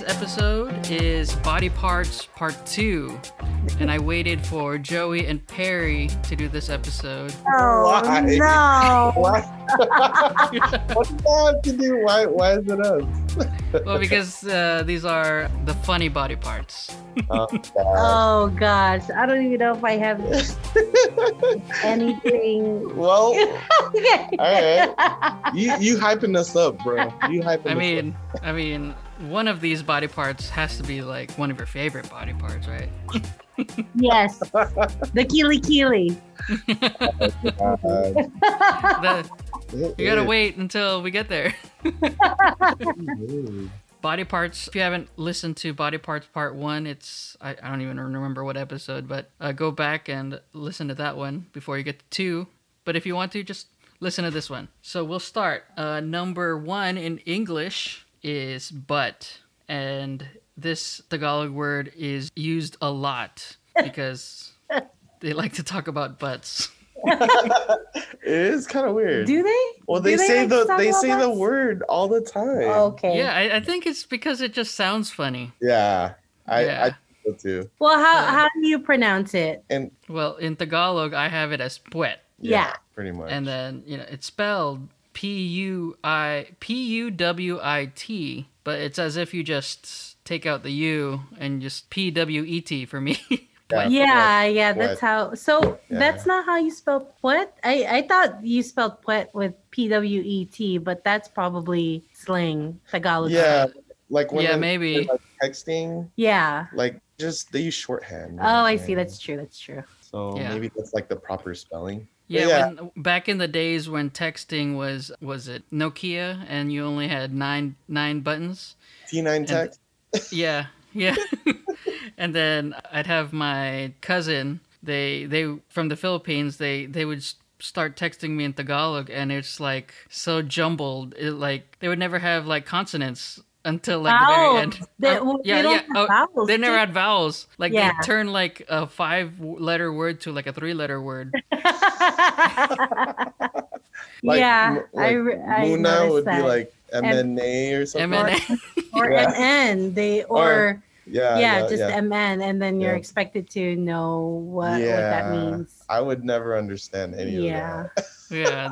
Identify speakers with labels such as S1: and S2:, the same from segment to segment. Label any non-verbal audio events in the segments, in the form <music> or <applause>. S1: episode is Body Parts Part 2. And I waited for Joey and Perry to do this episode.
S2: Oh
S3: Why?
S2: no!
S1: <laughs>
S3: Why? what do I have to do? Why? Why is it us?
S1: Well, because uh, these are the funny body parts.
S3: Oh,
S1: Uh,
S3: God.
S2: Oh gosh, I don't even know if I <laughs> have
S1: <laughs>
S2: anything.
S3: well,
S2: Okay.
S3: all right. You you hyping us up, bro. You hyping.
S1: I
S3: us
S1: mean, I mean, one of these body parts has to be like one of your favorite body parts, right?
S2: <laughs> yes, the Keely Keely.
S3: up. God.
S1: That,
S3: It
S1: you gotta
S3: is
S1: wait until we get there.
S3: weird.
S1: Body Parts. If you haven't listened to Body Parts Part One, it's I, I don't even remember what episode, but uh, go back and listen to that one before you get to two. But if you want to, just listen to this one. So we'll start. Uh, number one in English is but, and this Tagalog word is used a lot because they like to talk about butts.
S3: It is kind of weird.
S2: Do they?
S3: well,
S2: do
S3: they,
S2: they
S3: say
S2: like
S3: the
S2: to talk
S3: they
S2: about
S3: say the
S2: us?
S3: word all the time.
S2: Okay.
S1: Yeah, I, I think it's because it just sounds funny.
S3: Yeah, I
S1: Yeah.
S3: I think so too.
S2: Well, how
S1: Yeah.
S2: how do you pronounce it?
S3: And
S1: Well, in Tagalog, I have it as puet.
S2: Yeah.
S3: pretty much.
S1: and uh, then you know it's spelled P U I P U W I T, but it's as if you just take out the U and just P W E T for me. <laughs>
S3: Yeah.
S2: Yeah, yeah, that's
S3: Puet.
S2: how. So
S3: Yeah.
S2: that's not how you spell puet. I I thought you spelled puet with P W E T, but that's probably slang Tagalog.
S3: yeah, like when
S1: yeah,
S3: I'm,
S1: maybe.
S3: like, texting,
S2: Yeah.
S3: like just they use shorthand.
S2: Oh, I see. That's true. That's true.
S3: So
S1: Yeah.
S3: maybe that's like the proper spelling.
S1: Yeah,
S3: yeah.
S1: When, back in the days when texting was was it Nokia and you only had nine nine buttons.
S3: T9 text.
S1: Yeah, yeah. <laughs> and then I'd have my cousin. They they from the Philippines. They they would s- start texting me in Tagalog, and it's like so jumbled. It, like they would never have like consonants until like the
S2: Vowels.
S1: very
S2: They,
S1: end.
S2: well,
S1: Oh, yeah,
S2: they don't
S1: yeah.
S2: have
S1: Oh,
S2: vowels,
S1: they never
S2: do
S1: had vowels. Like
S2: Yeah.
S1: they turn like a five w- letter word to like a three letter
S2: <laughs>
S1: word.
S3: <laughs> Like,
S2: yeah,
S3: m-
S2: I,
S3: like
S2: re- I
S3: Muna
S2: noticed
S3: would
S2: that.
S3: be like MNA or something.
S1: MNA.
S2: or
S3: Yeah.
S2: MN. They or,
S3: Or- uh, Yeah,
S2: yeah,
S3: no,
S2: just
S3: yeah.
S2: MN, and then you're
S3: Yeah.
S2: expected to know what, what that
S3: Yeah.
S2: means.
S3: I would never understand any
S2: Yeah,
S3: of
S1: <laughs> yeah.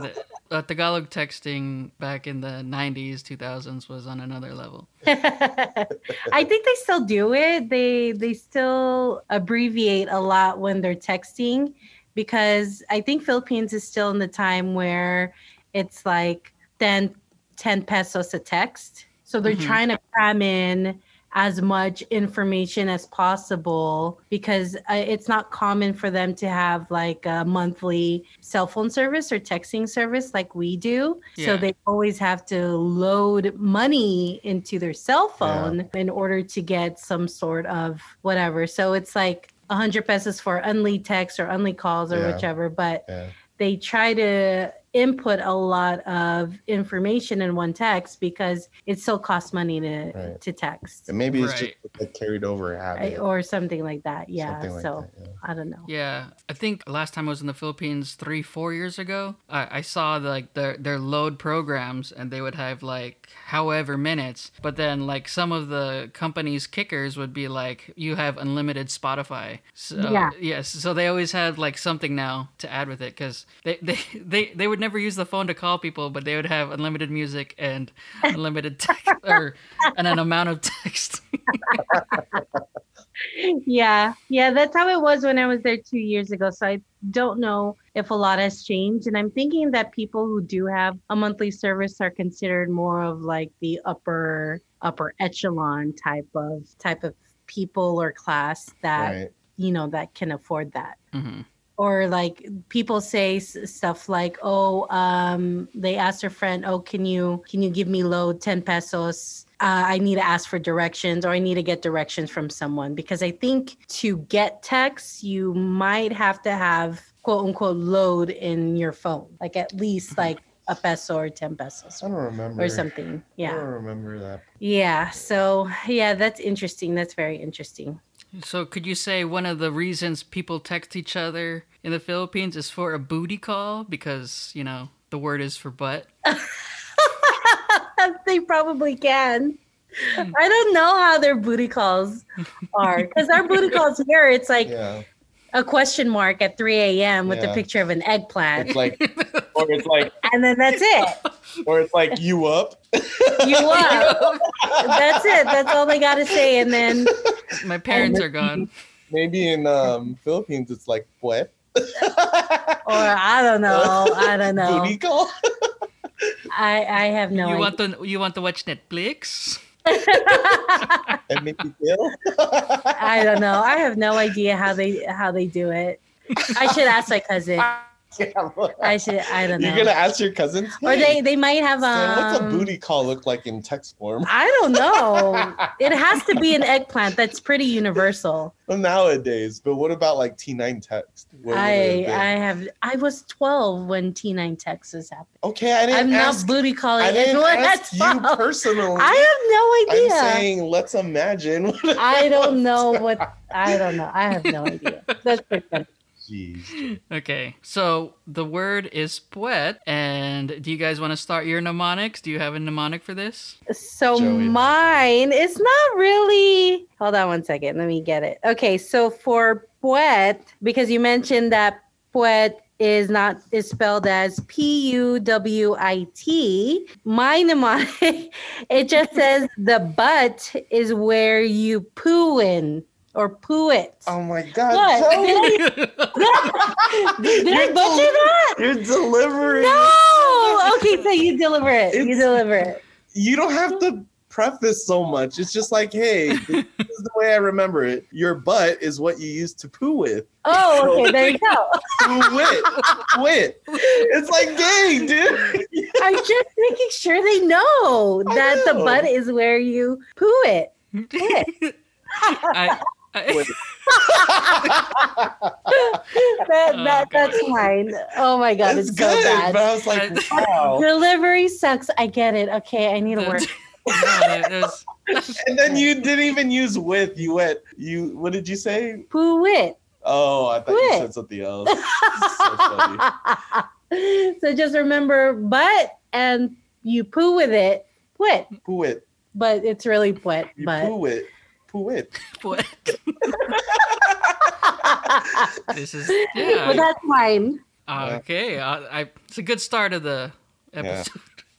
S1: The, uh, Tagalog texting back in the 90s, 2000s was on another level.
S2: <laughs> I think they still do it. They they still abbreviate a lot when they're texting because I think Philippines is still in the time where it's like 10, 10 pesos a text. So they're
S1: Mhm.
S2: trying to cram in as much information as possible because uh, it's not common for them to have like a monthly cell phone service or texting service like we do.
S1: Yeah.
S2: So they always have to load money into their cell phone in order to get some sort of whatever. So it's like 100 pesos for unlead text or unlead calls or
S3: Yeah.
S2: whichever, but
S3: that.
S2: they try to input a lot of information in one text because it still costs money to
S3: Right.
S2: to text
S3: And maybe it's
S1: Right.
S3: just a carried over
S2: I-
S3: habit.
S2: or something like that. Yeah.
S3: something like
S2: so
S3: that, yeah.
S2: I don't know.
S1: Yeah, I think last time I was in the Philippines three, four years ago, I, I saw like their their load programs, and they would have like however minutes, but then like some of the companies' kickers would be like, you have unlimited Spotify. So,
S2: Yeah.
S1: Yes. So they always had like something now to add with it because they, they they they would never use the phone to call people, but they would have unlimited music and unlimited text or and an amount of text. <laughs>
S2: yeah yeah that's how it was when i was there two years ago so i don't know if a lot has changed and i'm thinking that people who do have a monthly service are considered more of like the upper upper echelon type of type of people or class that
S3: Right.
S2: you know that can afford that
S1: Mhm.
S2: or like people say s- stuff like oh um they ask their friend oh can you can you give me load 10 pesos uh, i need to ask for directions or i need to get directions from someone because i think to get texts you might have to have quote unquote load in your phone like at least like a peso or 10 pesos
S3: I don't remember.
S2: or something
S3: I
S2: yeah
S3: don't remember that.
S2: yeah so yeah that's interesting that's very interesting
S1: So, could you say one of the reasons people text each other in the Philippines is for a booty call? Because, you know, the word is for butt.
S2: <laughs> they probably can
S1: Hmm.
S2: I don't know how their booty calls are because our booty calls here, it's like
S3: Yeah.
S2: a question mark at 3 a.m. with the
S3: Yeah.
S2: picture of an eggplant,
S3: It's like, or it's like,
S2: and then that's it.
S3: or it's like you up.
S2: You
S3: <laughs>
S2: up. that's it. That's all they got to say, and then
S1: <laughs> My parents are gone.
S3: Maybe in um Philippines it's like puet. <laughs>
S2: or I don't know. I don't know.
S3: Booty call.
S2: I I have <laughs> no
S1: you
S2: idea.
S1: want to you want to watch Netflix? <laughs>
S3: And make you <laughs> feel.
S2: I don't know. I have no idea how they how they do it. I should ask my cousin.
S3: Yeah, look.
S2: I should. I don't
S3: You're gonna
S2: know.
S3: ask your cousins.
S2: Or they
S3: "Hey,
S2: they might have
S3: so what's a
S2: um.
S3: booty call look like in text form?
S2: I don't
S3: <laughs>
S2: know. It has to be an eggplant. That's pretty universal.
S3: nowadays. But what about like T9 text? What would
S2: I
S3: it have been?
S2: I have. I was twelve when T nine Texas happened.
S3: okay, I
S2: I'm
S3: didn't
S2: not
S3: ask.
S2: booty calling
S3: I didn't
S2: anyone. That's
S3: ask you
S2: wrong.
S3: personally.
S2: I have no
S3: I'm
S2: idea.
S3: saying let's imagine. What it <laughs>
S2: I
S3: was.
S2: don't know what. I don't know. I have no idea. That's pretty funny.
S3: Jeez.
S1: Okay, so the word is puet, and do you guys want to start your mnemonics? Do you have a mnemonic for
S2: <laughs>
S1: this? <laughs>
S2: So
S3: Joey knows.
S2: mine is not really. Hold on one second. Let me get it. Okay, so for puet, because you mentioned that puet is not is spelled as P U W I T. My mnemonic, <laughs> it just says the butt is where you poo in or poo it. <laughs>
S3: Oh my God,
S2: What? <laughs>
S3: Joey,
S2: Did I butcher
S3: You're
S2: that?
S3: you're delivering.
S2: No. Okay, so you deliver it. you
S3: It's-
S2: deliver it.
S3: You don't have to preface so much. It's just like, hey, this is the way I remember it. Your butt is what you used to poo with.
S2: Oh, okay. There you go.
S3: Poo
S2: <laughs>
S3: with. Quit. It's like gay, dude.
S2: I'm just making sure they know
S3: I
S2: that the
S3: know.
S2: butt is where you poo
S1: <laughs>
S2: it.
S1: I, <laughs> I,
S3: Wait.
S2: That,
S1: Oh,
S2: that,
S1: God.
S2: that's mine. Oh my god,
S3: it's
S2: it's,
S3: good,
S2: so bad.
S3: but I was like, wow.
S2: Delivery sucks. I get it. Okay, I need to
S1: <laughs>
S2: work.
S1: no, there- there's-
S3: And then you didn't even use with. You went. You. What did you say?
S2: Poo it.
S3: Oh, I thought you
S2: With.
S3: said something else. so
S2: <laughs>
S3: funny.
S2: so just remember butt and you poo with it. What?
S3: Poo it.
S2: But it's really what?
S3: You
S2: But <laughs>
S3: poo it. Poo it.
S1: puet. This is
S2: but
S1: yeah.
S2: that's mine.
S1: <laughs> Uh, okay, I, I, it's a good start of the episode.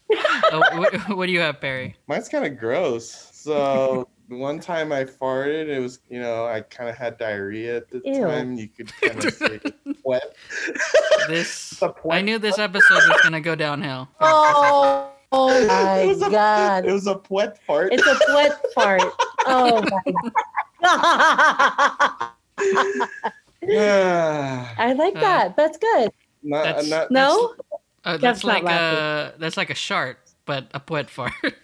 S1: <laughs> Uh, wh- what, do you have, Perry?
S3: Mine's kind of gross.
S2: <laughs>
S3: So one time I farted. It was, you know, I kind of had diarrhea at the
S2: Ew.
S3: time. You could
S2: <laughs>
S3: kind of say wet.
S1: This
S3: The puet.
S1: I knew this episode was gonna go downhill.
S2: <laughs> Oh, oh
S3: <laughs> It
S2: my
S3: was a-
S2: god.
S3: It was a wet fart.
S2: <laughs> It's a sweat fart. Oh my god.
S3: not,
S2: I like
S1: Uh,
S2: that. That's good.
S1: That's-
S3: not,
S2: No?
S1: Uh,
S2: That's
S1: that's
S2: not
S1: like a that's like a shart, but a puet fart. <laughs>
S3: it's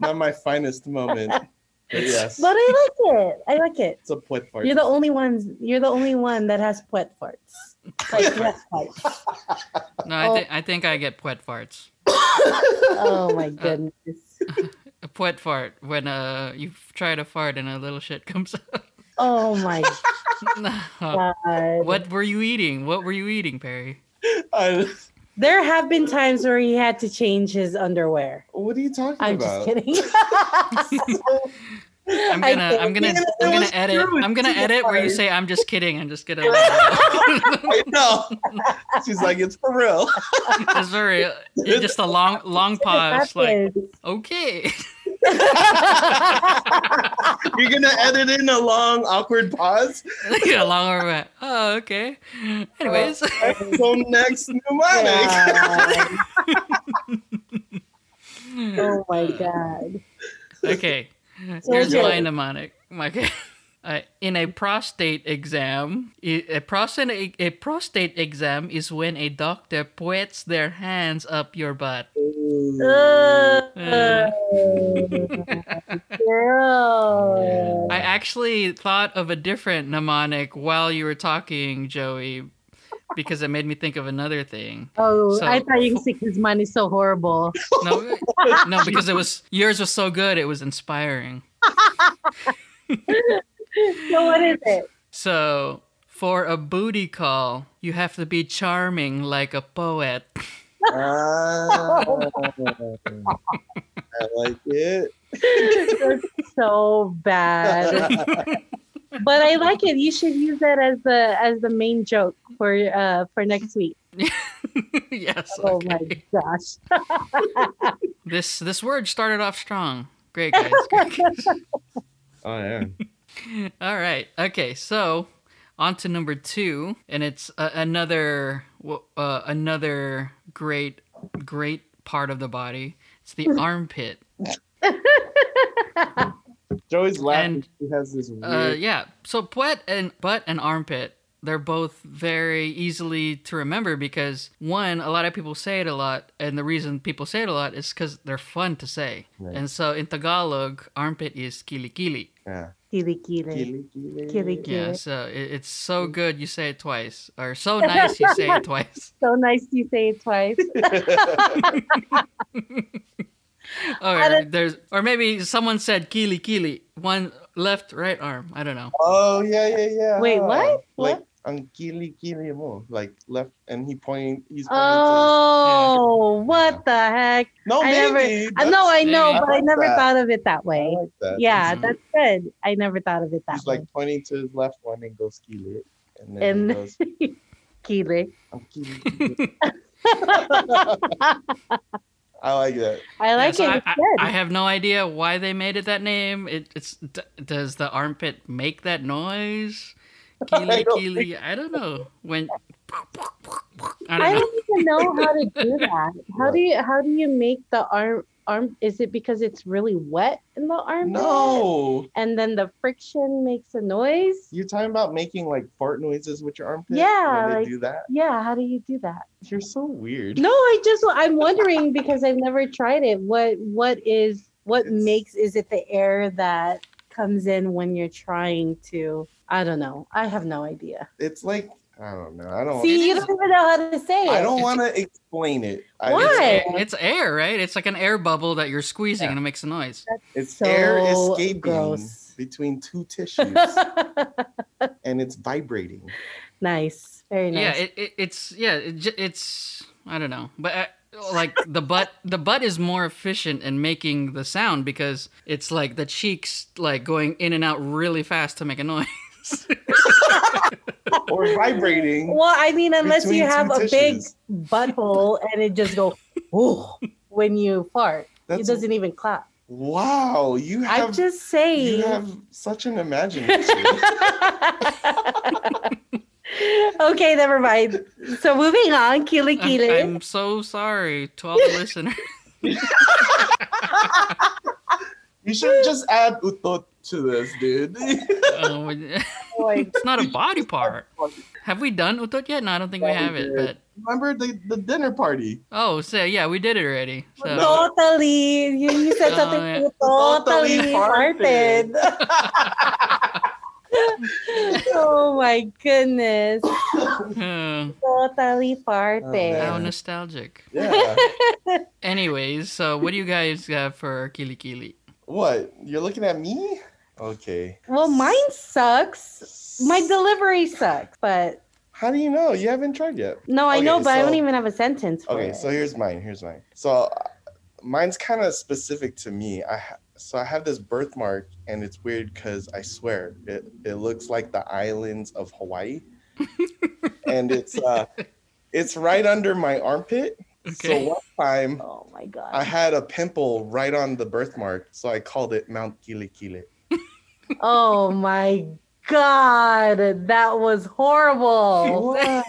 S3: not my finest moment.
S2: <laughs>
S3: But yes,
S2: But I like it. I like it.
S3: it's a wet fart.
S2: You're the only ones. You're the only one that has sweat farts. Like, sweat farts.
S1: no, I,
S2: Oh.
S1: thi- I think I get puet farts.
S2: Oh my goodness.
S1: A puet fart when uh you try to fart and a little shit comes out. <laughs>
S2: Oh my
S1: No.
S2: god.
S1: What were you eating? What were you eating, Perry?
S3: <laughs> I-
S2: There have been times where he had to change his underwear.
S3: what are you talking
S2: I'm
S3: about?
S2: just kidding. <laughs>
S1: I'm gonna I'm gonna
S3: Yeah,
S1: I'm
S3: that
S1: gonna
S3: was
S1: edit
S3: true.
S1: I'm gonna
S3: It's
S1: edit where you
S3: hard.
S1: say I'm just kidding. I'm just
S2: <laughs>
S1: kidding. <laughs>
S3: I know. She's like, it's for real. <laughs>
S1: It's very uh, it's just a long long pause. Like okay, <laughs>
S3: You're gonna edit in a long, awkward pause.
S1: a long over. Oh okay. Anyways,
S3: So next mnemonic.
S2: God.
S1: <laughs>
S2: oh my god.
S1: okay.
S2: So
S1: Here's
S2: good.
S1: my <laughs> mnemonic. Okay. Uh, in a prostate exam, i- a prostate a prostate exam is when a doctor puts their hands up your butt.
S3: <laughs>
S1: Uh,
S2: Girl.
S1: I actually thought of a different mnemonic while you were talking, Joey, because it made me think of another thing.
S2: oh,
S1: So-
S2: I thought you said his money so horrible.
S1: No, no, because it was yours was so good, it was inspiring.
S2: So what is it?
S1: So for a booty call, you have to be charming like a poet. <laughs>
S3: Ah, I like it.
S2: <laughs> so bad. but I like it. You should use that as the as the main joke for uh for next week.
S1: yes.
S2: Oh
S1: okay.
S2: my gosh.
S1: This this word started off strong. Great guys. <laughs> Great guys.
S4: Oh yeah.
S1: All right. Okay. So on to number two, and it's uh, another w- uh, another great great part of the body. It's the armpit.
S3: Joey's laughing.
S1: And,
S3: she has this weird.
S1: Uh, yeah. So butt and butt and armpit, they're both very easily to remember because one, a lot of people say it a lot, and the reason people say it a lot is because they're fun to say.
S4: Right.
S1: And so in Tagalog, armpit is kilikili.
S4: Yeah.
S2: Kili kili. Kili
S1: Yeah,
S2: kili.
S1: so it, it's so good you say it twice, or
S2: <laughs>
S1: so nice you say it twice.
S2: So nice you say it twice. I
S1: Or
S2: don't-
S1: there's, or maybe someone said kili kili, one left right arm. I don't know.
S3: oh yeah, yeah, yeah.
S2: Wait, what?
S3: Like
S2: What?
S3: ang kili kili mo, like left, and he pointing. He's pointing to-
S2: <laughs> Oh, what the heck?
S3: no,
S2: I never-
S3: maybe.
S2: I know, I know,
S1: Oh, Maybe.
S2: but I
S3: like
S2: never
S3: that.
S2: thought of it that
S3: I
S2: way.
S3: like that.
S2: Yeah,
S1: Mhm.
S2: that's good. I never thought of it that
S3: He's
S2: way.
S3: like pointing to his left one and goes kili, and then
S2: And-
S3: he
S2: <laughs>
S3: goes
S2: Kili.
S3: ang kili. kili." I like that.
S2: <laughs> I like
S1: so
S2: it.
S1: I-
S2: it's
S1: I,
S2: good.
S1: I have no idea why they made it that name. It, it's d- does the armpit make that
S2: <laughs>
S1: noise? Keely,
S3: don't
S1: keely. I don't know when. I
S2: I
S1: don't know.
S2: don't even know how to
S3: <laughs>
S2: do that. How
S3: What?
S2: do you how do you make the arm arm is it because it's really wet in the arm?
S3: No,
S2: And then the friction makes a noise?
S3: you're talking about making like fart noises with your armpit.
S2: Yeah,
S3: when they
S2: like-
S3: do that.
S2: Yeah, how do you do that?
S3: You're so weird.
S2: No, I just I'm wondering because I've never tried it. What what is what
S3: It's-
S2: makes is it the air that comes in when you're trying to I don't know. I have no idea.
S3: It's like I don't know. I don't.
S2: See,
S1: it
S2: you
S1: is-
S2: don't even know how to say it.
S3: I don't want to explain it.
S2: Why?
S3: I,
S1: It's, it's air, right? It's like an air bubble that you're squeezing
S3: Yeah.
S1: and it makes a noise.
S3: it's
S2: So
S3: air escaping
S2: gross.
S3: between
S2: <laughs>
S3: two tissues, and it's vibrating.
S2: nice. Very nice.
S1: Yeah, it, it, it's yeah, it, j- it's I don't know, but uh, like the butt, the butt is more efficient in making the sound because it's like the cheeks like going in and out really fast to make a noise. <laughs>
S3: or vibrating.
S2: Well, I mean, unless
S3: Between
S2: you
S3: two
S2: have a big
S3: tissues.
S2: butthole and it just
S3: <laughs>
S2: go ooh when you fart.
S3: That's
S2: it doesn't even clap.
S3: wow. You
S2: I'm
S3: have
S2: just
S3: you
S2: saying.
S3: have such an imagination.
S2: <laughs> okay, never mind. So moving on, Kili
S1: I'm,
S2: Kili.
S1: I'm so sorry to all the listeners.
S3: you should just add utot to this, dude. <laughs>
S1: Um, it's not a body part. Have we done utot yet? No, I don't think we
S3: Yeah,
S1: have
S3: we
S1: it.
S3: did.
S1: But
S3: Remember the, the dinner party?
S1: oh, so yeah, we did it already. So. <laughs>
S2: Totally. You, you said
S1: Oh,
S2: something
S1: yeah.
S2: totally,
S3: Totally
S2: farted. <laughs> oh my goodness.
S1: Uh,
S2: Totally
S1: how
S2: farted.
S3: Oh, man.
S1: nostalgic.
S3: Yeah.
S1: Anyways, so what do you guys have for Kili Kili?
S3: what? You're looking at me? Okay.
S2: well, mine sucks. My delivery sucks, but
S3: How do you know? You haven't tried yet.
S2: No, I
S3: Okay,
S2: know, but I don't
S3: so-
S2: even have a sentence. For
S3: Okay,
S2: it.
S3: so here's mine. Here's mine. So uh, mine's kind of specific to me. I ha- so I have this birthmark, and it's weird because I swear it it looks like the islands of Hawaii, and it's uh, it's right under my armpit.
S1: Okay.
S3: So one time
S2: oh my god.
S3: I had a pimple right on the birthmark, so I called it Mount Kilikili.
S2: <laughs> oh my god, that was horrible.
S3: What?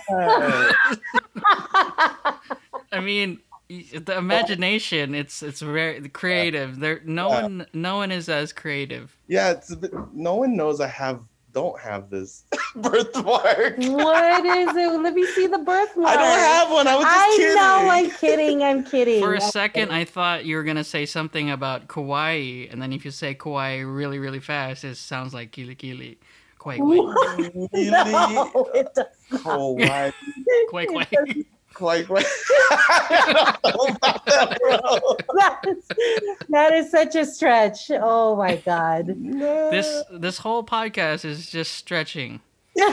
S1: I mean, y- the imagination. It's it's very creative. There, no
S3: Yeah.
S1: one, no one is as creative.
S3: <laughs> yeah, it's a bit, no one knows I have don't have this <laughs> birthmark.
S2: what is it? Let me see the birthmark.
S3: I don't have one. I was just
S2: I
S3: kidding.
S2: know. I'm kidding. I'm kidding.
S1: For a second, I thought you were gonna say something about Kauai, and then if you say Kauai really, really fast, it sounds like Kili Kili. Kauai, Kauai,
S2: <laughs> no, it
S1: <laughs>
S2: doesn't.
S3: Oh,
S1: Kauai,
S3: why?
S2: It
S1: Kauai.
S2: doesn't.
S3: Like, what? I don't know about that, bro.
S2: That is- that is such a stretch. Oh my god.
S3: No.
S1: This this whole podcast is just stretching.
S3: <laughs> no,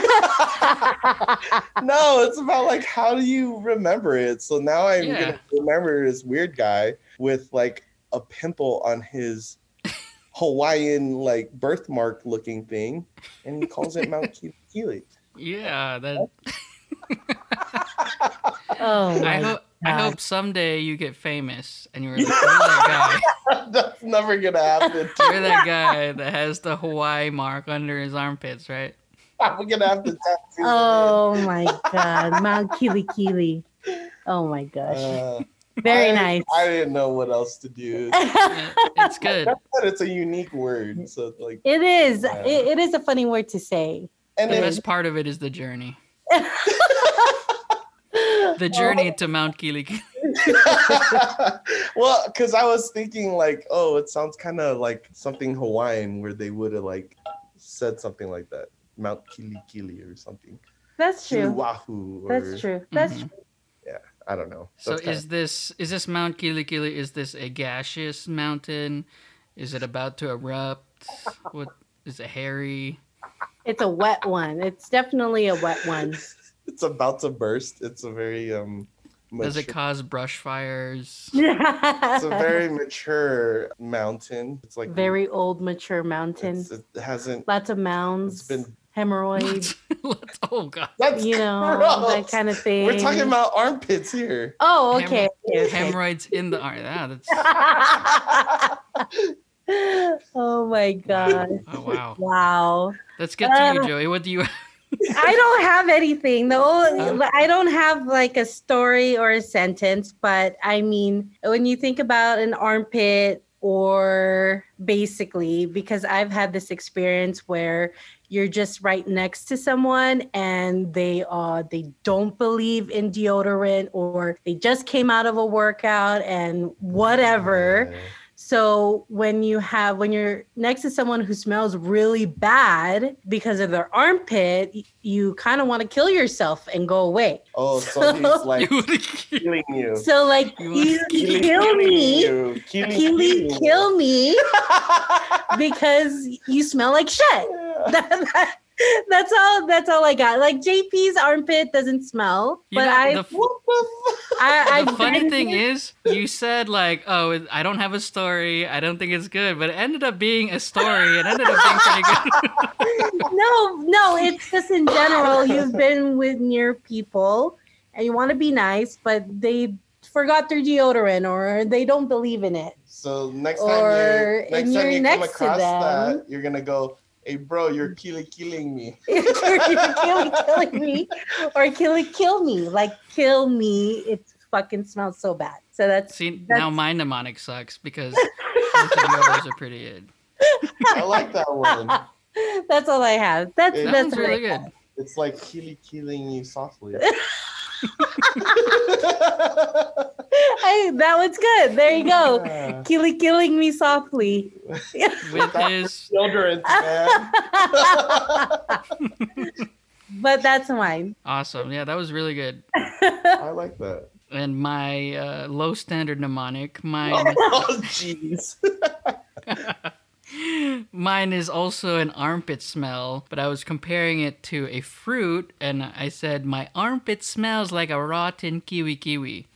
S3: it's about like how do you remember it? So now I'm
S1: Yeah.
S3: gonna remember this weird guy with like a pimple on his Hawaiian like birthmark looking thing, and he calls it Mount Keeley. <laughs>
S1: Yeah, that
S2: oh,
S1: I
S2: my
S1: hope I
S2: God.
S1: hope someday you get famous and
S3: <laughs>
S1: you're like, you're that
S3: That's never gonna happen.
S1: guy. You're that guy that has the Hawaii mark under his armpits, right?
S3: I'm gonna have to tattoo. it.
S2: <laughs> Oh my god, Mount Kili Kili. Oh my gosh,
S3: Uh,
S2: very
S3: I-
S2: nice.
S3: I didn't know what else to do.
S2: <laughs>
S1: It- It's good.
S3: But it's a unique word, so it's like,
S2: it is.
S3: Yeah.
S2: It, it is a funny word to say.
S1: The
S3: and then
S1: best part of it is the journey.
S2: Oh,
S1: The journey to Mount Kilikili.
S3: <laughs>
S1: <laughs>
S3: well, because I was thinking like, oh, it sounds kind of like something Hawaiian where they would have like said something like that, Mount Kilikili or something,
S2: That's true.
S3: Kiwahu, or
S2: That's true. That's
S1: Mhm.
S2: true.
S3: I don't know.
S1: So
S3: That's kinda-
S1: is this is this Mount Kilikili? Is this a gaseous mountain? Is it about to erupt? What is it hairy?
S2: It's a wet one. It's definitely a wet one.
S3: it's about to burst. It's a very um.
S1: Does it
S3: mature-
S1: cause brush fires?
S3: <laughs> it's
S2: <laughs>
S3: a very mature mountain. It's like
S2: Very old, mature mountain.
S3: it's- It hasn't.
S2: Lots of mounds,
S3: It's been.
S2: hemorrhoids,
S1: <laughs> Let's- let's- oh god.
S3: That's
S2: you know, that
S3: gross.
S2: kind of thing.
S3: We're talking about armpits here.
S2: Oh,
S1: Hem-
S2: okay. okay, okay.
S1: Hemorrhoids in the arm. Yeah, that's
S2: <laughs> oh my god.
S1: oh, wow.
S2: Wow.
S1: Let's get to
S2: Uh,
S1: you, Joey. What do you <laughs>
S2: I don't have anything. The only,
S1: Huh?
S2: I don't have like a story or a sentence, but I mean, when you think about an armpit or basically because I've had this experience where you're just right next to someone and they uh they don't believe in deodorant or they just came out of a workout and whatever. So when you have when you're next to someone who smells really bad because of their armpit, y- you kind of want to kill yourself and go away.
S3: Oh, so
S2: <laughs>
S3: he's like
S1: you
S3: killing you.
S2: So like
S1: You
S2: you
S1: want-
S3: Keely
S2: kill
S3: killing
S2: me,
S3: you. Keely
S2: Keely,
S3: killing <laughs>
S2: kill me
S3: you.
S2: because you smell like shit. <laughs> that's all. That's all I got. Like JP's armpit doesn't smell,
S1: You
S2: but
S1: know,
S2: I,
S1: the f-
S3: What the fuck?
S2: I,
S1: the
S2: I've
S1: funny
S2: been-
S1: thing is, you said like, "Oh, it- I don't have a story. I don't think it's good," but it ended up being a story. It ended up being pretty
S2: <laughs>
S1: good.
S2: no, no, it's just in general. You've been with near people and you want to be nice, but they forgot their deodorant or they don't believe in it. <laughs>
S3: So next
S2: Or
S3: time
S2: and
S3: you next time
S2: you're
S3: you come
S2: next to
S3: across
S2: them.
S3: that, you're gonna go, "Hey, bro, you're Keely
S2: <laughs>
S3: killing me."
S2: You're killing, killing me or kill, kill me. Like, kill me. It fucking smells so bad. So that's.
S1: See, now
S2: That's-
S1: my mnemonic sucks because most of yours are pretty good.
S3: I like that one.
S2: That's all I have. That's
S3: It-
S1: That
S2: that's
S1: one's
S2: all I
S1: really
S2: have.
S1: good.
S3: It's like Keely killing
S2: <laughs>
S3: you softly. <laughs>
S2: I, that one's good. There you go.
S3: Yeah.
S2: Killing, killing me softly.
S1: With his
S3: Deodorant, man.
S2: But that's mine.
S1: awesome, yeah, that was really good.
S3: I
S2: <laughs>
S3: like that.
S1: And my uh, low standard mnemonic,
S2: <laughs>
S1: mine,
S3: <laughs> Oh, jeez. <laughs>
S1: mine is also an armpit smell. But I was comparing it to a fruit, and I said my armpit smells like a rotten kiwi kiwi.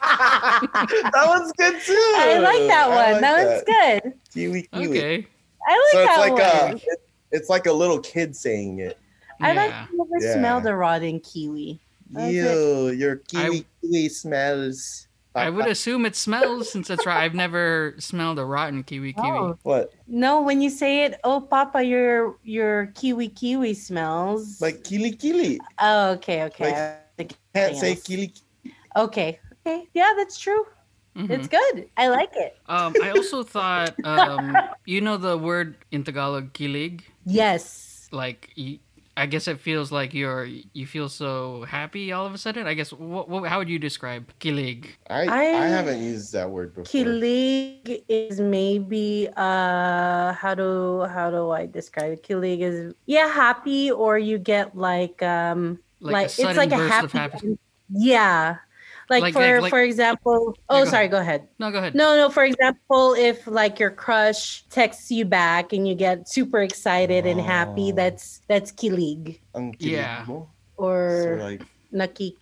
S3: that one's good too.
S2: I like that one. that one's good.
S3: Kiwi, kiwi.
S1: Okay,
S2: I like
S3: so it's
S2: that
S3: like uh,
S2: one.
S3: a, it- it's like a little kid saying it.
S2: I like
S1: yeah.
S2: you never
S3: Yeah.
S2: smelled a rotten kiwi. That's
S3: Ew, your
S1: I-
S3: kiwi kiwi smells.
S1: I would assume it smells since that's right. I've never smelled a rotten kiwi kiwi.
S2: Oh.
S3: What?
S2: No, when you say it, oh Papa, your your kiwi kiwi smells.
S3: Like kili kili.
S2: oh, okay, okay.
S3: like-
S2: I think-
S3: Can't
S2: Something
S3: say
S2: else.
S3: kili.
S2: okay. Okay. Yeah, that's true.
S1: Mhm.
S2: It's good. I like it.
S1: Um, I also thought,
S2: <laughs>
S1: um, you know, the word in Tagalog kilig,
S2: Yes.
S1: like you, I guess it feels like you're you feel so happy all of a sudden. I guess what, what how would you describe kilig?
S3: I, I
S2: I-
S3: haven't used that word before.
S2: Kilig is maybe uh how do how do I describe it? Kilig is yeah, happy or you get like um
S1: Like, a
S2: like,
S1: sudden
S2: it's like
S1: burst
S2: a happy
S1: of happiness.
S2: yeah Like,
S1: Like-
S2: for
S1: like- like-
S2: for example,
S1: go
S2: oh sorry, go ahead.
S1: No, go ahead.
S2: No, no. For example, if like your crush texts you back and you get super excited and happy,
S3: Oh.
S2: that's that's kilig
S3: I'm
S1: Yeah.
S3: kidding. So
S2: or
S3: like,
S2: naki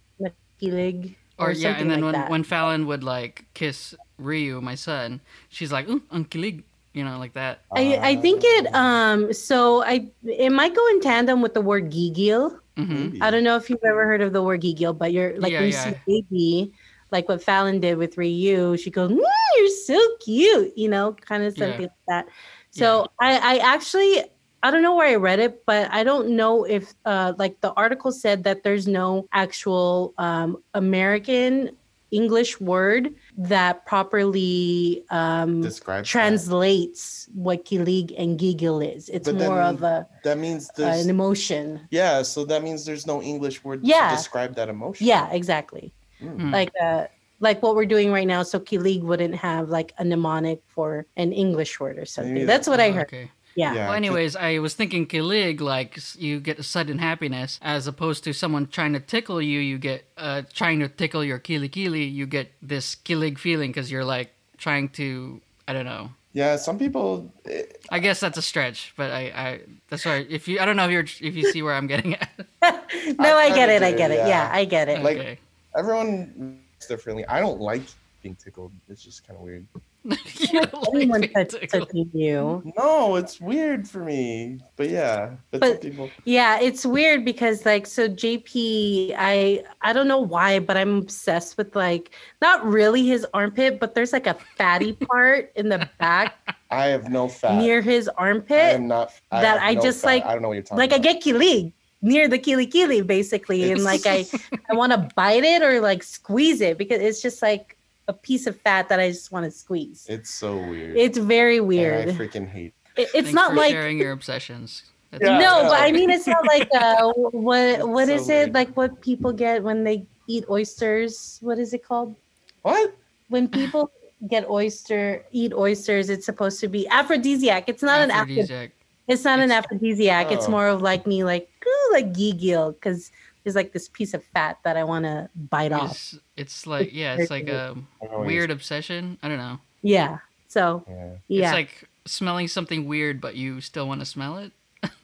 S2: nakilig
S1: or, yeah, and
S2: something
S1: then
S2: like
S1: when
S2: that.
S1: when Fallon would like kiss Ryu, my son, she's like, "Ooh, unkilig," you know, like that.
S3: uh,
S2: I, I think
S3: Oh.
S2: it um so I it might go in tandem with the word gigil.
S1: hmm
S2: I don't know if you've ever heard of the word gigil, but you're like
S1: Yeah,
S2: when you
S1: yeah.
S2: see baby, like what Fallon did with Ryu, she goes, "Mm, "You're so cute," you know, kind of
S1: Yeah.
S2: something like that. So I I actually I don't know where I read it, but I don't know if uh like the article said that there's no actual um American English word that properly um
S3: describe that.
S2: translates what kilig and giggle is. It's
S3: But
S2: more
S3: then
S2: of a
S3: That means
S2: uh, an
S3: there's
S2: emotion.
S3: yeah. So that means there's no English word
S2: Yeah.
S3: to describe that emotion.
S2: Yeah, exactly.
S1: Hmm.
S3: Mm.
S2: Like uh, like what we're doing right now. So kilig wouldn't have like a mnemonic for an English word or something.
S3: Maybe
S2: That's what I
S1: Oh,
S2: heard.
S1: Okay.
S2: Yeah.
S1: Well, anyways, I was thinking kilig, like s- you get a sudden happiness, as opposed to someone trying to tickle you, you get uh, trying to tickle your kili kili, you get this kilig feeling because you're like trying to, I don't know.
S3: Yeah, some people. eh, It,
S1: I guess that's a stretch, but I, I that's why if you, I don't know if you're if you see where I'm getting at.
S2: <laughs> No, I,
S3: I
S2: get it.
S3: kinda
S2: I
S3: do,
S2: get it. Yeah.
S3: yeah.
S2: I get it.
S3: Like-
S1: okay. <laughs>
S3: everyone works differently. I don't like being tickled. It's just kind of weird.
S1: You don't
S2: <laughs>
S1: like
S2: Anyone
S1: being <laughs>
S2: touch-
S1: tickled.
S2: touching you.
S3: No, it's weird for me. But yeah, but, some
S2: But-
S3: people.
S2: Yeah, it's weird because like so JP, I I don't know why, but I'm obsessed with like not really his armpit, but there's like a
S3: <laughs>
S2: fatty part in the back
S3: I have no fat.
S2: near his
S3: I
S2: armpit.
S3: am not. I
S2: that
S3: have
S2: I
S3: no
S2: just,
S3: fat.
S2: like-
S3: I don't know what you're talking.
S2: like I get
S3: about.
S2: kili near the kili kili basically, and like
S3: <laughs>
S2: I I want to bite it or like squeeze it because it's just like a piece of fat that I just want to squeeze.
S3: It's so weird.
S2: It's very weird.
S3: And I freaking hate.
S2: It- it's
S1: Thanks
S2: not
S1: for
S2: like
S1: sharing your obsessions.
S3: Yeah.
S2: no, but I
S3: <laughs> Yeah.
S2: mean it's not like uh what what
S3: so
S2: is it
S3: weird.
S2: like what people get when they eat oysters? What is it called?
S3: What?
S2: When people get oyster eat oysters, it's supposed to be aphrodisiac. It's not an aphrodisiac.
S1: aphrodisiac.
S2: It's not an
S1: It's-
S2: aphrodisiac. It's
S3: Oh.
S2: more of like me, like ooh, like giggle, because there's like this piece of fat that I want to bite off.
S1: It's, it's like yeah, it's like a
S3: I don't know what you're-
S1: weird obsession. I don't know.
S2: Yeah. So
S3: Yeah.
S2: yeah,
S1: It's like smelling something weird, but you still want to smell it.